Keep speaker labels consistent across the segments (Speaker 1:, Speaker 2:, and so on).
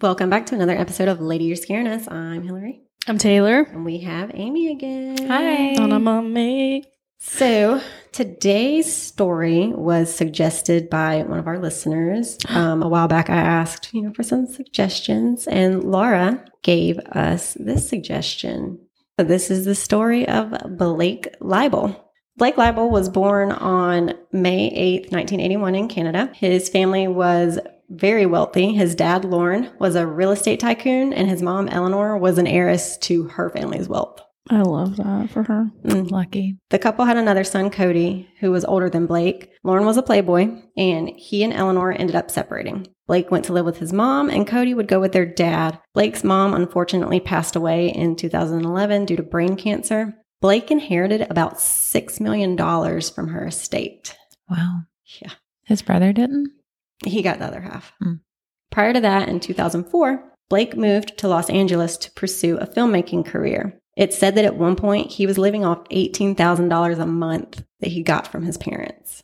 Speaker 1: Welcome back to another episode of Lady You're Scaring Us. I'm Hillary.
Speaker 2: I'm Taylor.
Speaker 1: And we have Amy again.
Speaker 2: Donna Mommy.
Speaker 1: So today's story was suggested by one of our listeners. Um, a while back, I asked, you know, for some suggestions, and Laura gave us this suggestion. So this is the story of Blake Libel. Blake Libel was born on May 8th, 1981 in Canada. His family was very wealthy. His dad, Lauren, was a real estate tycoon, and his mom, Eleanor, was an heiress to her family's wealth.
Speaker 2: I love that for her.
Speaker 1: Mm.
Speaker 3: Lucky.
Speaker 1: The couple had another son, Cody, who was older than Blake. Lauren was a playboy, and he and Eleanor ended up separating. Blake went to live with his mom, and Cody would go with their dad. Blake's mom unfortunately passed away in 2011 due to brain cancer. Blake inherited about $6 million from her estate.
Speaker 3: Wow.
Speaker 1: Yeah.
Speaker 3: His brother didn't?
Speaker 1: He got the other half.
Speaker 2: Hmm.
Speaker 3: Mm.
Speaker 1: Prior to that, in 2004, Blake moved to Los Angeles to pursue a filmmaking career. It's said that at one point he was living off $18,000 a month that he got from his parents.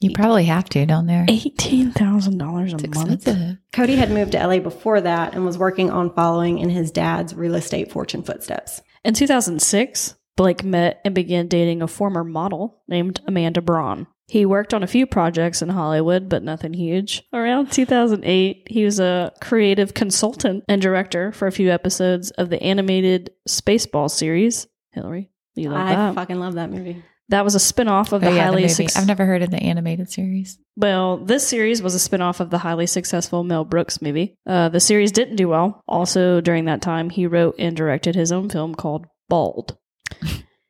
Speaker 3: You probably have to down there.
Speaker 2: Eighteen thousand dollars a
Speaker 3: It's
Speaker 2: month. Oh,
Speaker 3: expensive.
Speaker 1: Cody had moved to LA before that and was working on following in his dad's real estate fortune footsteps.
Speaker 2: In 2006, Blake met and began dating a former model named Amanda Braun. He worked on a few projects in Hollywood, but nothing huge. Around 2008, he was a creative consultant and director for a few episodes of the animated Spaceball series. Hillary, you love
Speaker 1: I
Speaker 2: that.
Speaker 1: fucking love that movie.
Speaker 2: that was a spin-off of the
Speaker 3: Oh, yeah, the
Speaker 2: highly
Speaker 3: movie.
Speaker 2: successful.
Speaker 3: I've never heard of the animated series.
Speaker 2: Well, this series was a spin-off of the highly successful Mel Brooks movie. Uh, the series didn't do well. Also, during that time, he wrote and directed his own film called Bald.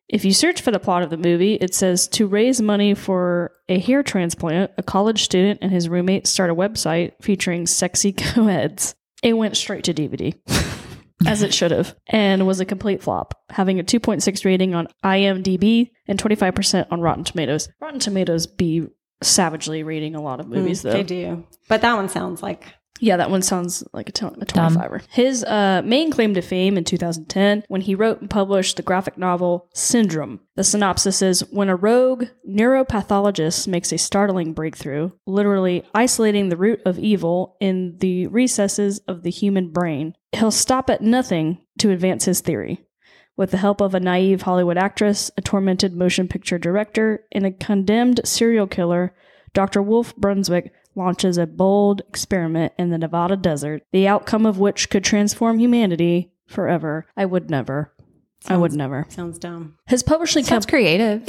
Speaker 2: if you search for the plot of the movie, it says to raise money for a hair transplant, a college student and his roommate start a website featuring sexy co-eds. It went straight to DVD. As it should have, and was a complete flop, having a 2.6 rating on IMDb and 25% on Rotten Tomatoes. Rotten Tomatoes be savagely rating a lot of movies,
Speaker 1: Mm,
Speaker 2: though.
Speaker 1: They do. But that one sounds like
Speaker 2: Yeah, that one sounds like a, t- a
Speaker 3: Dumb.
Speaker 2: 25er. His uh, main claim to fame in 2010 when he wrote and published the graphic novel Syndrome. The synopsis is when a rogue neuropathologist makes a startling breakthrough, literally isolating the root of evil in the recesses of the human brain, he'll stop at nothing to advance his theory. With the help of a naive Hollywood actress, a tormented motion picture director, and a condemned serial killer, Dr. Wolf Brunswick launches a bold experiment in the Nevada desert, the outcome of which could transform humanity forever. I would never. I would never.
Speaker 1: sounds dumb.
Speaker 2: His publishing
Speaker 3: Sounds
Speaker 2: company.
Speaker 3: creative.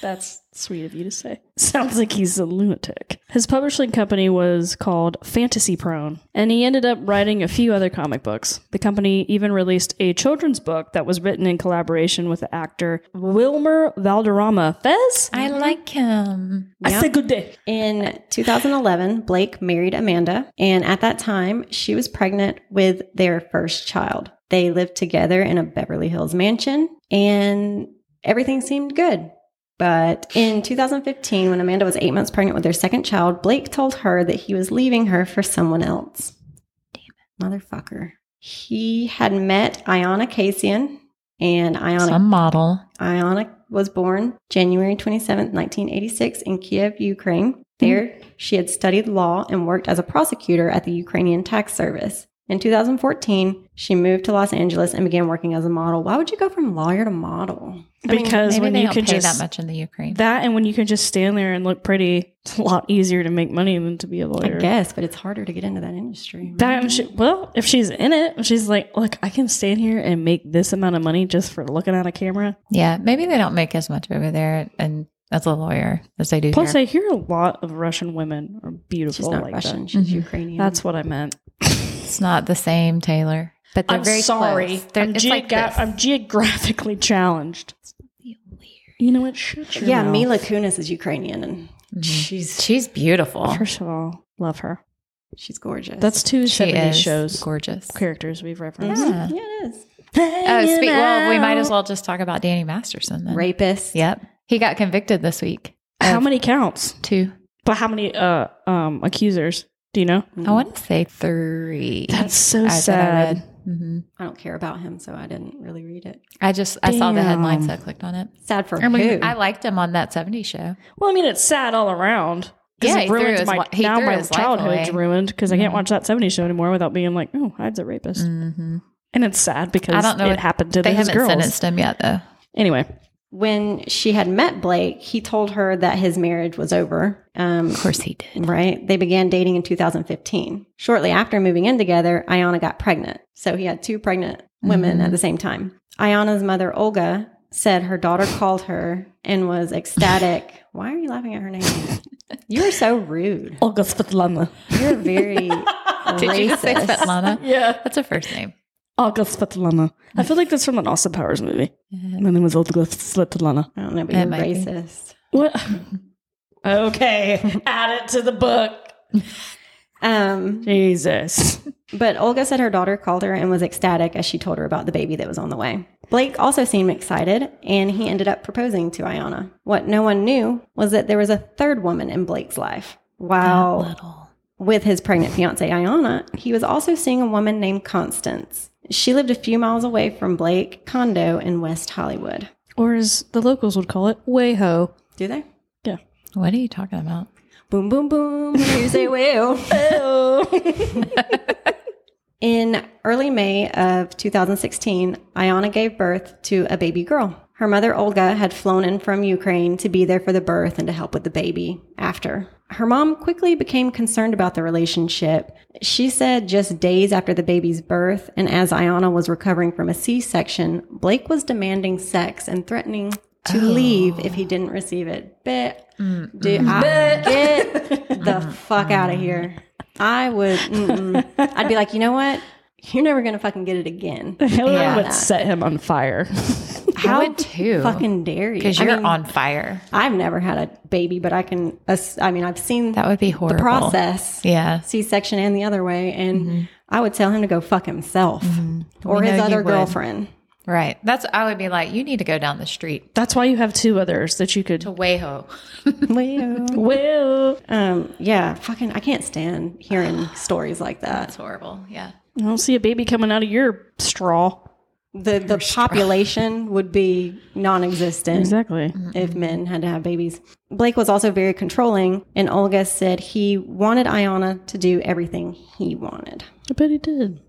Speaker 2: That's sweet of you to say. Sounds like he's a lunatic. His publishing company was called Fantasy Prone, and he ended up writing a few other comic books. The company even released a children's book that was written in collaboration with the actor Wilmer Valderrama Fez.
Speaker 3: I like him.
Speaker 1: Yeah.
Speaker 2: good day.
Speaker 1: In 2011, Blake married Amanda, and at that time, she was pregnant with their first child. They lived together in a Beverly Hills mansion, and everything seemed good. But in 2015, when Amanda was eight months pregnant with their second child, Blake told her that he was leaving her for someone else. Damn it. Motherfucker. He had met Iona Casian, and Iona
Speaker 3: Some model.
Speaker 1: Iona was born January 27, 1986, in Kiev, Ukraine. There, she had studied law and worked as a prosecutor at the Ukrainian Tax Service. In 2014, she moved to Los Angeles and began working as a model. Why would you go from lawyer to model? I mean,
Speaker 2: Because
Speaker 3: Maybe
Speaker 2: when
Speaker 3: they
Speaker 2: you
Speaker 3: don't
Speaker 2: can
Speaker 3: pay
Speaker 2: just
Speaker 3: that much in the Ukraine.
Speaker 2: That and when you can just stand there and look pretty, it's a lot easier to make money than to be a
Speaker 1: I
Speaker 2: lawyer.
Speaker 1: guess, but it's harder to get into that industry.
Speaker 2: That
Speaker 1: right?
Speaker 2: and she, well, if she's in it, she's like, look, I can stand here and make this amount of money just for looking at a camera.
Speaker 3: yeah, maybe they don't make as much over there and as a lawyer as they do
Speaker 2: Plus,
Speaker 3: here.
Speaker 2: I hear a lot of Russian women are beautiful.
Speaker 1: she's not
Speaker 2: like
Speaker 1: Russian;
Speaker 2: That.
Speaker 1: she's
Speaker 3: Mhm.
Speaker 1: Ukrainian.
Speaker 2: That's what I meant.
Speaker 3: it's not the same, Taylor. But they're
Speaker 2: I'm
Speaker 3: very
Speaker 2: sorry.
Speaker 3: close. They're-
Speaker 2: I'm,
Speaker 3: it's
Speaker 2: geogra-
Speaker 3: like this.
Speaker 2: I'm geographically challenged. You know what? Shut your
Speaker 1: yeah.
Speaker 2: mouth.
Speaker 1: Mila Kunis is Ukrainian, and
Speaker 3: Mhm.
Speaker 1: she's
Speaker 3: She's beautiful.
Speaker 2: First of all, love her.
Speaker 1: she's gorgeous.
Speaker 2: That's two
Speaker 3: She
Speaker 2: 70s
Speaker 3: is
Speaker 2: shows
Speaker 3: gorgeous.
Speaker 2: characters we've referenced.
Speaker 1: yeah,
Speaker 3: Yeah.
Speaker 1: Mm-hmm. yeah, it is.
Speaker 3: Oh, speak, well, we might as well just talk about Danny Masterson then.
Speaker 1: Rapist.
Speaker 3: Yep. He got convicted this week.
Speaker 2: How
Speaker 3: of
Speaker 2: many counts?
Speaker 3: Two.
Speaker 2: But how many uh um accusers do you know?
Speaker 1: Mm.
Speaker 3: I want to say three.
Speaker 2: That's so
Speaker 3: I- that I
Speaker 2: sad.
Speaker 3: read. Mhm.
Speaker 1: I don't care about him, so I didn't really read it.
Speaker 3: I just I saw the headline, so I
Speaker 2: Damn.
Speaker 3: clicked on it.
Speaker 1: Sad for
Speaker 3: I mean,
Speaker 1: who?
Speaker 3: I liked him on that 70 show.
Speaker 2: Well, I mean, it's sad all around. 'Cause
Speaker 3: Yeah,
Speaker 2: it
Speaker 3: he threw
Speaker 2: ruined
Speaker 3: his
Speaker 2: my
Speaker 3: li- he
Speaker 2: now
Speaker 3: threw
Speaker 2: my
Speaker 3: his life
Speaker 2: childhood's
Speaker 3: away.
Speaker 2: ruined because I can't
Speaker 3: Mhm.
Speaker 2: watch that '70s show anymore without being like, oh, Hyde's a rapist,
Speaker 3: hmm
Speaker 2: and it's sad because
Speaker 3: I don't know
Speaker 2: it
Speaker 3: what-
Speaker 2: happened to
Speaker 3: They
Speaker 2: these
Speaker 3: haven't
Speaker 2: girls.
Speaker 3: sentenced him yet, though.
Speaker 2: Anyway,
Speaker 1: When she had met Blake, he told her that his marriage was over. Um,
Speaker 3: Of course he did.
Speaker 1: right? They began dating in 2015. Shortly after moving in together, Ayana got pregnant. So he had two pregnant women
Speaker 3: Mhm.
Speaker 1: at the same time. Ayana's mother, Olga, said her daughter called her and was ecstatic. Why are you laughing at her name? You're so rude.
Speaker 2: Olga Svetlana.
Speaker 1: You're very
Speaker 3: Did you just say
Speaker 1: Racist.
Speaker 3: Svetlana?
Speaker 2: Yeah,
Speaker 3: That's her first name.
Speaker 2: Olga Svetlana. I feel like that's from an Austin Powers movie.
Speaker 3: Yeah.
Speaker 2: My name is Olga Svetlana.
Speaker 1: I don't know, but
Speaker 3: That
Speaker 1: you're
Speaker 3: might be.
Speaker 1: racist.
Speaker 2: What? okay, add it to the book.
Speaker 1: Um,
Speaker 2: Jesus.
Speaker 1: But Olga said her daughter called her and was ecstatic as she told her about the baby that was on the way. Blake also seemed excited, and he ended up proposing to Ayana. What no one knew was that there was a third woman in Blake's life. While
Speaker 3: Little.
Speaker 1: with his pregnant fiancee Ayana, he was also seeing a woman named Constance. She lived a few miles away from Blake condo in West Hollywood.
Speaker 2: Or as the locals would call it, wayho.
Speaker 1: Do they?
Speaker 3: What are you talking about?
Speaker 1: Boom, boom, boom. You say well. In early May of 2016, Ayana gave birth to a baby girl. Her mother, Olga, had flown in from Ukraine to be there for the birth and to help with the baby after. Her mom quickly became concerned about the relationship. She said just days after the baby's birth, and as Ayana was recovering from a C section, Blake was demanding sex and threatening to leave if he didn't receive it. Bit. Do
Speaker 3: Mm-hmm.
Speaker 1: I get the fuck out of here? I would. Mm-mm. I'd be like, you know what? You're never gonna fucking get it again.
Speaker 2: Hillary
Speaker 3: Yeah.
Speaker 2: would set him on fire.
Speaker 1: How
Speaker 3: would too.
Speaker 1: fucking dare you?
Speaker 3: Because
Speaker 1: I
Speaker 3: you're
Speaker 1: mean,
Speaker 3: on fire.
Speaker 1: I've never had a baby, but I can. ass- I mean, I've seen
Speaker 3: That would be horrible.
Speaker 1: the process,
Speaker 3: Yeah.
Speaker 1: C-section and the other way, and I would tell him to go fuck himself or
Speaker 3: Mm-hmm. We
Speaker 1: his
Speaker 3: know you
Speaker 1: other
Speaker 3: would.
Speaker 1: girlfriend.
Speaker 3: Right. That's I would be like, you need to go down the street
Speaker 2: That's why you have two others that you could.
Speaker 3: to Wayho.
Speaker 1: Well,
Speaker 2: Well,
Speaker 1: um, yeah, fucking, I can't stand hearing stories like that.
Speaker 3: That's horrible. Yeah.
Speaker 2: I don't see a baby coming out of your straw.
Speaker 1: The the population would be non-existent.
Speaker 2: Exactly.
Speaker 1: if men had to have babies. Blake was also very controlling, and Olga said he wanted Ayana to do everything he wanted.
Speaker 2: I bet he did.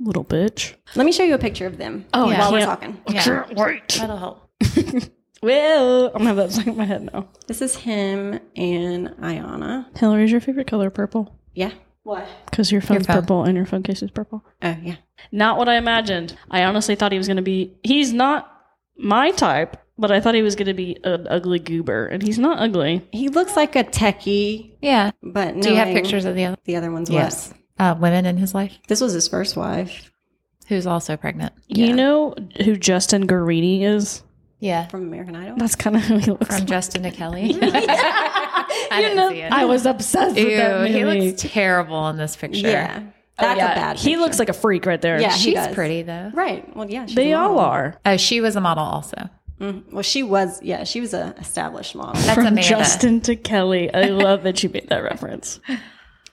Speaker 2: Little bitch.
Speaker 1: Let me show you a picture of them oh,
Speaker 3: yeah.
Speaker 1: while we're
Speaker 2: Yeah.
Speaker 1: talking.
Speaker 3: Yeah.
Speaker 2: Can't wait.
Speaker 3: That'll help.
Speaker 2: Well, I'm gonna have that stuck in my head now.
Speaker 1: This is him and Ayana.
Speaker 2: Hillary's your favorite color purple
Speaker 1: Yeah. What?
Speaker 2: because your phone's
Speaker 3: phone.
Speaker 2: purple and your phone case is purple.
Speaker 1: Oh, yeah.
Speaker 2: Not what I imagined. I honestly thought he was gonna be. He's not my type, but I thought he was gonna be an ugly goober, and he's not ugly.
Speaker 1: He looks like a techie,
Speaker 3: Yeah.
Speaker 1: but no.
Speaker 3: Do you have pictures of the other
Speaker 1: The other one's
Speaker 3: Yes.
Speaker 1: what?
Speaker 3: uh, women in his life
Speaker 1: This was his first wife
Speaker 3: who's also pregnant?
Speaker 2: You know who Justin Guarini is?
Speaker 3: Yeah.
Speaker 1: from American Idol.
Speaker 2: That's kind of who he looks
Speaker 3: From
Speaker 2: like.
Speaker 3: Justin to Kelly. I didn't see it.
Speaker 2: I was obsessed with that
Speaker 3: Ew, he
Speaker 2: movie.
Speaker 3: looks terrible in this picture.
Speaker 1: Yeah.
Speaker 2: Oh,
Speaker 1: That's
Speaker 2: yeah.
Speaker 1: a bad
Speaker 2: He
Speaker 1: picture.
Speaker 2: looks like a freak right there.
Speaker 1: Yeah. he
Speaker 3: She's
Speaker 1: does.
Speaker 3: pretty though.
Speaker 1: Right. Well, yeah. she's
Speaker 2: They
Speaker 1: a model.
Speaker 2: all are.
Speaker 3: Oh, she was a model also.
Speaker 1: Mhm. Well, she was, yeah, she was a established model.
Speaker 3: That's
Speaker 2: From
Speaker 3: Amanda.
Speaker 2: Justin to Kelly. I love that you made that reference.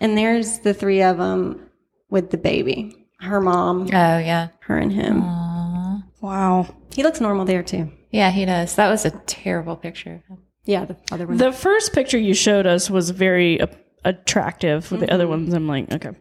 Speaker 1: And there's the three of them with the baby. Her mom,
Speaker 3: Oh yeah.
Speaker 1: her and him.
Speaker 3: Aw.
Speaker 2: Wow.
Speaker 1: He looks normal there too.
Speaker 3: Yeah, he does. That was a terrible picture.
Speaker 1: Yeah, the other one.
Speaker 2: The first picture you showed us was very a- attractive. With the other ones, I'm like, okay.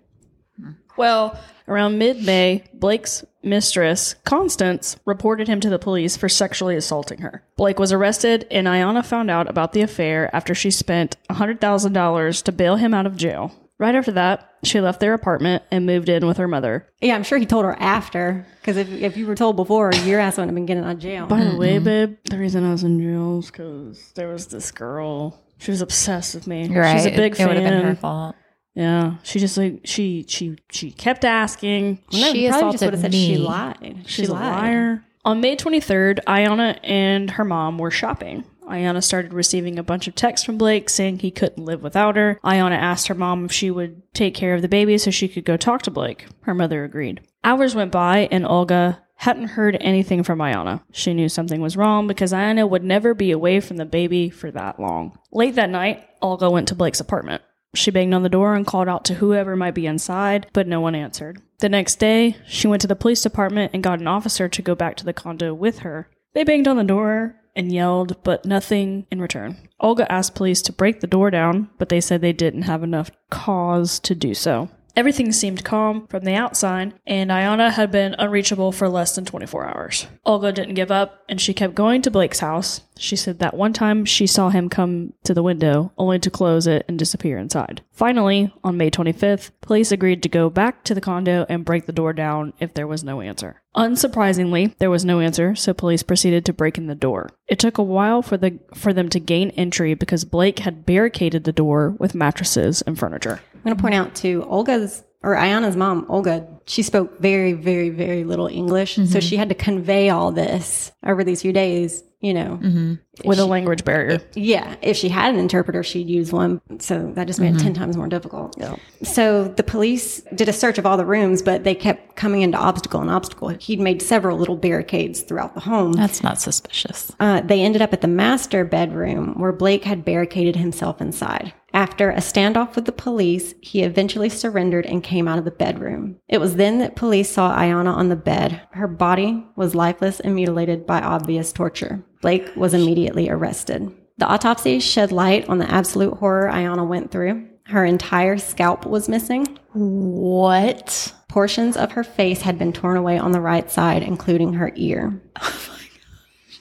Speaker 2: Well, around mid May, Blake's mistress, Constance, reported him to the police for sexually assaulting her. Blake was arrested, and Ayana found out about the affair after she spent $100,000 to bail him out of jail. Right after that, she left their apartment and moved in with her mother.
Speaker 1: yeah, I'm sure he told her after because if, if you were told before, your ass wouldn't have been getting out of jail.
Speaker 2: By the way, babe, the reason I was in jail is because there was this girl. She was obsessed with me. She's a
Speaker 3: It-
Speaker 2: big
Speaker 3: it,
Speaker 2: fan.
Speaker 3: would have been her fault.
Speaker 2: Yeah, she just like she she she kept asking.
Speaker 1: No,
Speaker 3: she
Speaker 1: he probably just
Speaker 3: assaulted
Speaker 1: would've said
Speaker 3: me.
Speaker 1: she lied.
Speaker 2: She's
Speaker 1: she
Speaker 2: a
Speaker 1: lied.
Speaker 2: liar. On May 23rd, Ayana and her mom were shopping. Ayana started receiving a bunch of texts from Blake saying he couldn't live without her. Ayana asked her mom if she would take care of the baby so she could go talk to Blake. Her mother agreed. Hours went by and Olga hadn't heard anything from Ayana. She knew something was wrong because Ayana would never be away from the baby for that long. Late that night, Olga went to Blake's apartment. She banged on the door and called out to whoever might be inside, but no one answered. The next day, she went to the police department and got an officer to go back to the condo with her. They banged on the door and yelled, but nothing in return. Olga asked police to break the door down, but they said they didn't have enough cause to do so. Everything seemed calm from the outside, and Iona had been unreachable for less than 24 hours. Olga didn't give up, and she kept going to Blake's house. She said that one time she saw him come to the window, only to close it and disappear inside. Finally, on May 25th, police agreed to go back to the condo and break the door down if there was no answer. Unsurprisingly, there was no answer, so police proceeded to break in the door. It took a while for the for them to gain entry because Blake had barricaded the door with mattresses and furniture.
Speaker 1: I'm going to point out to Olga's or Ayana's mom, Olga, she spoke very, very, very little English. So she had to convey all this over these few days, you know.
Speaker 2: With a language barrier.
Speaker 1: Yeah. If she had an interpreter, she'd use one. So that just made it 10 times more difficult. So the police did a search of all the rooms, but they kept coming into obstacle and obstacle. He'd made several little barricades throughout the home.
Speaker 3: That's not suspicious.
Speaker 1: Uh, they ended up at the master bedroom where Blake had barricaded himself inside. After a standoff with the police, he eventually surrendered and came out of the bedroom. It was then that police saw Ayana on the bed. Her body was lifeless and mutilated by obvious torture. Blake was immediately arrested. The autopsy shed light on the absolute horror Ayana went through. Her entire scalp was missing.
Speaker 3: What?
Speaker 1: Portions of her face had been torn away on the right side, including her ear.
Speaker 2: Oh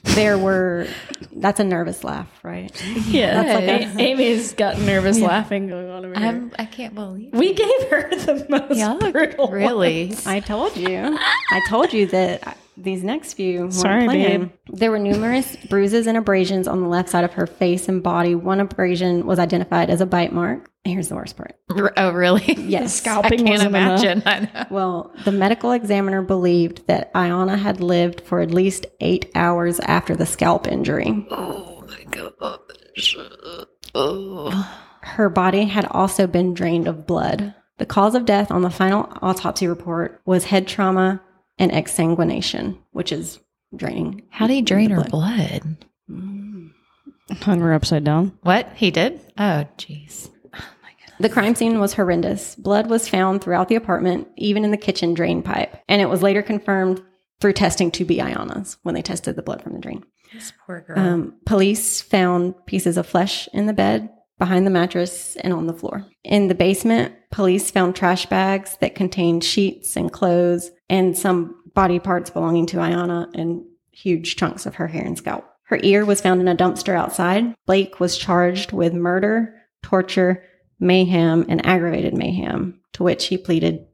Speaker 1: There were, that's a nervous laugh, right?
Speaker 2: Yeah,
Speaker 3: That's like
Speaker 2: A- Amy's got nervous laughing going on over here.
Speaker 3: I'm, I can't believe.
Speaker 2: we gave her the most
Speaker 3: Yeah,
Speaker 2: brutal. one.
Speaker 3: really?
Speaker 1: I told you. I told you that these next few. weren't
Speaker 2: Sorry,
Speaker 1: planned.
Speaker 2: babe.
Speaker 1: There were numerous bruises and abrasions on the left side of her face and body. One abrasion was identified as a bite mark. Here's the worst part.
Speaker 3: R- Oh, really?
Speaker 1: Yes.
Speaker 3: I
Speaker 2: Scalping
Speaker 3: can't
Speaker 2: wasn't enough.
Speaker 3: imagine. I know.
Speaker 1: Well, the medical examiner believed that Iona had lived for at least eight hours after the scalp injury.
Speaker 3: Oh my gosh. Oh.
Speaker 1: Her body had also been drained of blood. The cause of death on the final autopsy report was head trauma and exsanguination, which is draining.
Speaker 3: How do you drain her blood?
Speaker 2: Hung her upside down.
Speaker 3: What he did? Oh, jeez.
Speaker 1: The crime scene was horrendous. Blood was found throughout the apartment, even in the kitchen drain pipe, and it was later confirmed through testing to be Iona's when they tested the blood from the drain.
Speaker 3: This poor girl.
Speaker 1: Um, police found pieces of flesh in the bed, behind the mattress, and on the floor. In the basement, police found trash bags that contained sheets and clothes and some body parts belonging to Iona and huge chunks of her hair and scalp. Her ear was found in a dumpster outside. Blake was charged with murder, torture, mayhem, and aggravated mayhem, to which he pleaded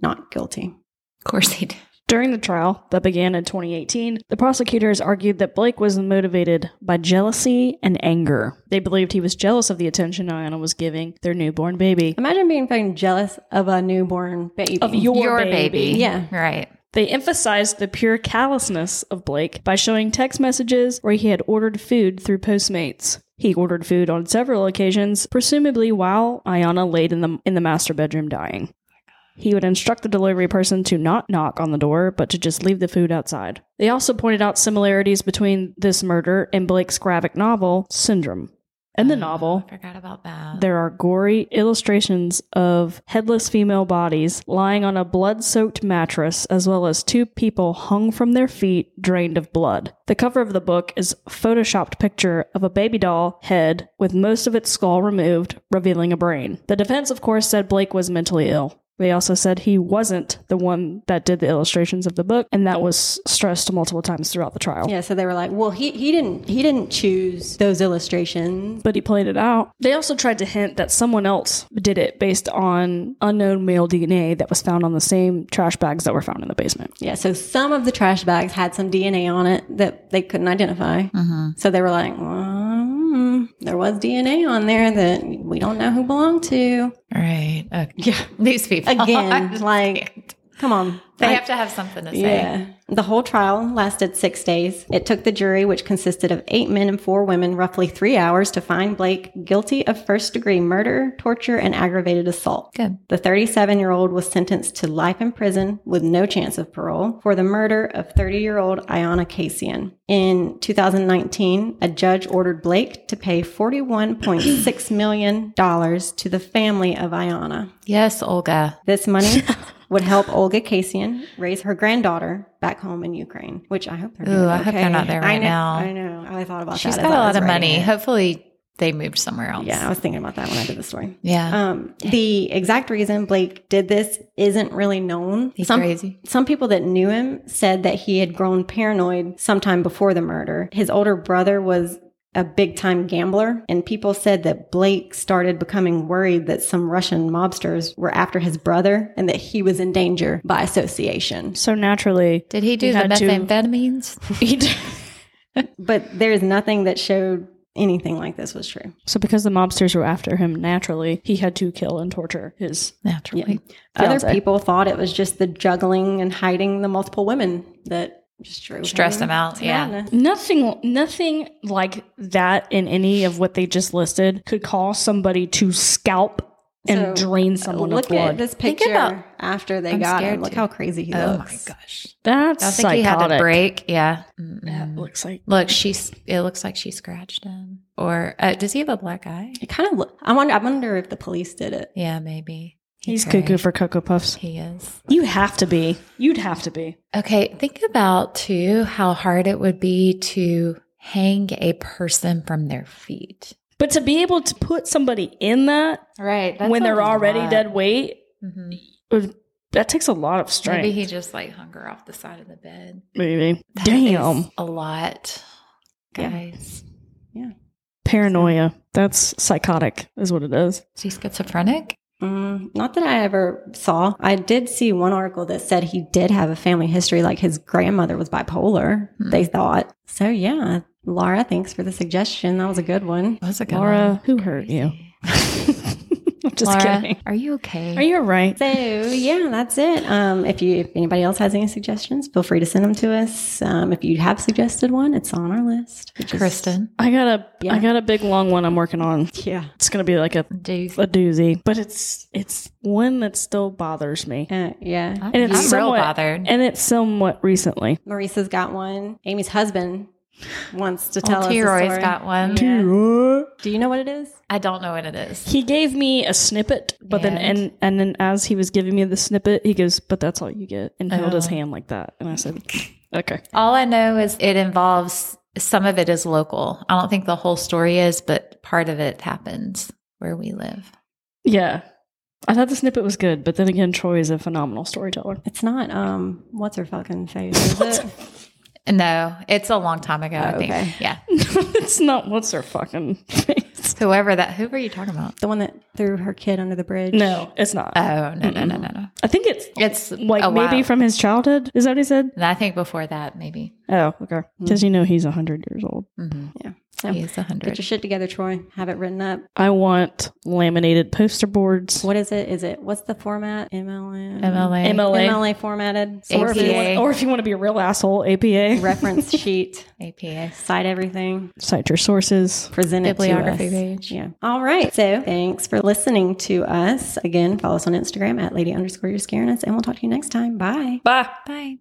Speaker 1: not guilty.
Speaker 3: of course he did.
Speaker 2: During the trial that began in 2018, the prosecutors argued that Blake was motivated by jealousy and anger. They believed he was jealous of the attention Ayanna was giving their newborn baby.
Speaker 1: Imagine being fucking jealous of a newborn baby.
Speaker 2: Of your,
Speaker 1: Yeah.
Speaker 3: Right.
Speaker 2: They emphasized the pure callousness of Blake by showing text messages where he had ordered food through Postmates. He ordered food on several occasions, presumably while Ayana laid in the in the master bedroom dying. He would instruct the delivery person to not knock on the door, but to just leave the food outside. They also pointed out similarities between this murder and Blake's graphic novel, Syndrome. In
Speaker 3: Ah.
Speaker 2: the novel,
Speaker 3: I forgot about that.
Speaker 2: there are gory illustrations of headless female bodies lying on a blood soaked mattress, as well as two people hung from their feet, drained of blood. The cover of the book is a photoshopped picture of a baby doll head with most of its skull removed, revealing a brain. The defense, of course, said Blake was mentally ill. They also said he wasn't the one that did the illustrations of the book, and that was stressed multiple times throughout the trial.
Speaker 1: Yeah, so they were like, "Well, he he didn't he didn't choose those illustrations."
Speaker 2: but he played it out. They also tried to hint that someone else did it based on unknown male DNA that was found on the same trash bags that were found in the basement.
Speaker 1: Yeah, so some of the trash bags had some DNA on it that they couldn't identify. So they were like, well, hmm, "There was DNA on there that we don't know who belonged to."
Speaker 3: Right. Okay.
Speaker 1: Yeah,
Speaker 3: These people.
Speaker 1: again,
Speaker 3: I
Speaker 1: like, come on,
Speaker 3: They
Speaker 1: Like,
Speaker 3: have to have something to say.
Speaker 1: Yeah. The whole trial lasted six days. It took the jury, which consisted of eight men and four women, roughly three hours to find Blake guilty of first degree murder, torture, and aggravated assault.
Speaker 3: Good.
Speaker 1: The 37 year old was sentenced to life in prison with no chance of parole for the murder of 30 year old Iona Casian. In 2019, a judge ordered Blake to pay $41.6 million to the family of Iona.
Speaker 3: Yes, Olga.
Speaker 1: This money would help Olga Kasian raise her granddaughter back home in Ukraine, which I hope they're
Speaker 3: Ooh,
Speaker 1: doing
Speaker 3: I hope they're
Speaker 1: okay.
Speaker 3: not there
Speaker 1: I
Speaker 3: right
Speaker 1: know,
Speaker 3: now.
Speaker 1: I know. I thought about
Speaker 3: She's
Speaker 1: that.
Speaker 3: got
Speaker 1: as
Speaker 3: a
Speaker 1: I
Speaker 3: lot
Speaker 1: was
Speaker 3: of money.
Speaker 1: writing it.
Speaker 3: Hopefully, they moved somewhere else.
Speaker 1: Yeah, I was thinking about that when I did the story.
Speaker 3: Yeah.
Speaker 1: Um, the exact reason Blake did this isn't really known.
Speaker 3: He's
Speaker 1: Some-
Speaker 3: crazy.
Speaker 1: some people that knew him said that he had grown paranoid sometime before the murder. His older brother was a big time gambler, and people said that Blake started becoming worried that some Russian mobsters were after his brother and that he was in danger by association.
Speaker 2: So naturally,
Speaker 3: Did he do
Speaker 2: He
Speaker 3: the
Speaker 2: had to-
Speaker 3: methamphetamines?
Speaker 1: But there's nothing that showed anything like this was true.
Speaker 2: so because the mobsters were after him, naturally he had to kill and torture his.
Speaker 3: Naturally.
Speaker 1: Other
Speaker 2: Fiance.
Speaker 1: people thought it was just the juggling and hiding the multiple women that just drove
Speaker 3: Stressed
Speaker 1: him
Speaker 3: him out,
Speaker 1: to
Speaker 3: yeah.
Speaker 1: madness.
Speaker 2: Nothing, nothing like that in any of what they just listed could cause somebody to scalp and
Speaker 1: So,
Speaker 2: drain someone
Speaker 1: Look
Speaker 2: of blood.
Speaker 1: at this
Speaker 3: Think
Speaker 1: picture
Speaker 3: about-
Speaker 1: after they
Speaker 3: I'm
Speaker 1: got him.
Speaker 3: scared
Speaker 1: Look
Speaker 3: too.
Speaker 1: how crazy he
Speaker 3: Oh my
Speaker 1: looks.
Speaker 3: gosh.
Speaker 2: That's
Speaker 3: I think
Speaker 2: psychotic.
Speaker 3: he had a break. Yeah.
Speaker 2: That
Speaker 3: Mm-mm.
Speaker 2: looks like
Speaker 3: Look, she's. It looks like she scratched him. Or uh, does he have a black eye?
Speaker 1: It kind of look. I wonder. I wonder if the police did it.
Speaker 3: Yeah, maybe. He
Speaker 2: he's
Speaker 3: prayed.
Speaker 2: cuckoo for cocoa puffs.
Speaker 3: He is.
Speaker 2: You have to be. You'd have to be.
Speaker 3: Okay, think about too how hard it would be to hang a person from their feet.
Speaker 2: But to be able to put somebody in that
Speaker 3: Right.
Speaker 2: when they're already dead weight,
Speaker 3: hmm
Speaker 2: would- that takes a lot of strength.
Speaker 3: Maybe he just like hung her off the side of the bed.
Speaker 2: Maybe.
Speaker 3: That
Speaker 2: Damn.
Speaker 3: is a lot,
Speaker 1: Yeah.
Speaker 3: guys.
Speaker 2: Paranoia. That's psychotic, is what it is.
Speaker 3: Is he schizophrenic?
Speaker 1: Mm, not that I ever saw. I did see one article that said he did have a family history, like his grandmother was bipolar.
Speaker 3: Hmm.
Speaker 1: They thought so. Yeah, Laura, thanks for the suggestion. That was a good one.
Speaker 3: That's a good
Speaker 2: Laura,
Speaker 3: one.
Speaker 2: who hurt you? I'm just
Speaker 3: Laura,
Speaker 2: kidding.
Speaker 3: Are you okay?
Speaker 2: Are you all right?
Speaker 1: So yeah, that's it. Um, if you, if anybody else has any suggestions, feel free to send them to us. Um, if you have suggested one, it's on our list. Which is-
Speaker 3: Kristen?
Speaker 2: I got a I
Speaker 1: Yeah.
Speaker 2: got a big long one I'm working on.
Speaker 1: yeah.
Speaker 2: It's gonna be like a,
Speaker 3: Do you
Speaker 2: a doozy. But it's it's one that still bothers me.
Speaker 1: Uh, yeah.
Speaker 3: I'm,
Speaker 2: And it's
Speaker 3: I'm real
Speaker 2: somewhat-
Speaker 3: bothered.
Speaker 2: And it's somewhat recently.
Speaker 1: Maurice's got one. Amy's husband wants to tell
Speaker 3: Old
Speaker 1: us.
Speaker 3: T.
Speaker 1: a
Speaker 3: Roy's
Speaker 1: story.
Speaker 3: Oh,
Speaker 1: Mm-hmm.
Speaker 3: got one.
Speaker 1: Yeah. Do you know what it is?
Speaker 3: I don't know what it is.
Speaker 2: He gave me a snippet, but then
Speaker 3: And?
Speaker 2: and and then as he was giving me the snippet, he goes, "But that's all you get," and held his
Speaker 3: Oh.
Speaker 2: hand like that, and I said, "Okay."
Speaker 3: All I know is it involves some of it is local. I don't think the whole story is, but part of it happens where we live.
Speaker 2: Yeah, I thought the snippet was good, but then again, Troy is a phenomenal storyteller.
Speaker 1: It's not um what's her fucking face, is it?
Speaker 3: No, it's a long time ago. I think.
Speaker 1: Okay.
Speaker 3: Yeah.
Speaker 2: it's not what's her fucking face.
Speaker 3: Whoever that. Who are you talking about?
Speaker 1: the one that threw her kid under the bridge.
Speaker 2: No, Uh, Oh, it's not.
Speaker 3: Oh no no no no no.
Speaker 2: I think it's
Speaker 3: It's
Speaker 2: like
Speaker 3: a
Speaker 2: maybe
Speaker 3: while.
Speaker 2: from his childhood. Is that what he said?
Speaker 3: And I think before that maybe.
Speaker 2: Oh, okay. Because you know he's hundred years old.
Speaker 3: Mm-hmm.
Speaker 1: Yeah. So
Speaker 3: He's a
Speaker 1: get your
Speaker 3: hundred.
Speaker 1: shit together, Troy. Have it written up.
Speaker 2: I want laminated poster boards.
Speaker 1: What is it? Is it what's the format? MLM.
Speaker 3: MLA.
Speaker 1: MLA formatted.
Speaker 3: APA.
Speaker 2: Or if, you want, or if you want to be a real asshole, APA.
Speaker 1: reference sheet.
Speaker 3: APA.
Speaker 1: Cite everything.
Speaker 2: Cite your sources.
Speaker 1: Present it
Speaker 3: Bibliography
Speaker 1: to us.
Speaker 3: page.
Speaker 1: Yeah. All right. So thanks for listening to us. Again, follow us on Instagram at lady underscore your scariness, and we'll talk to you next time. Bye.
Speaker 3: Bye. Bye.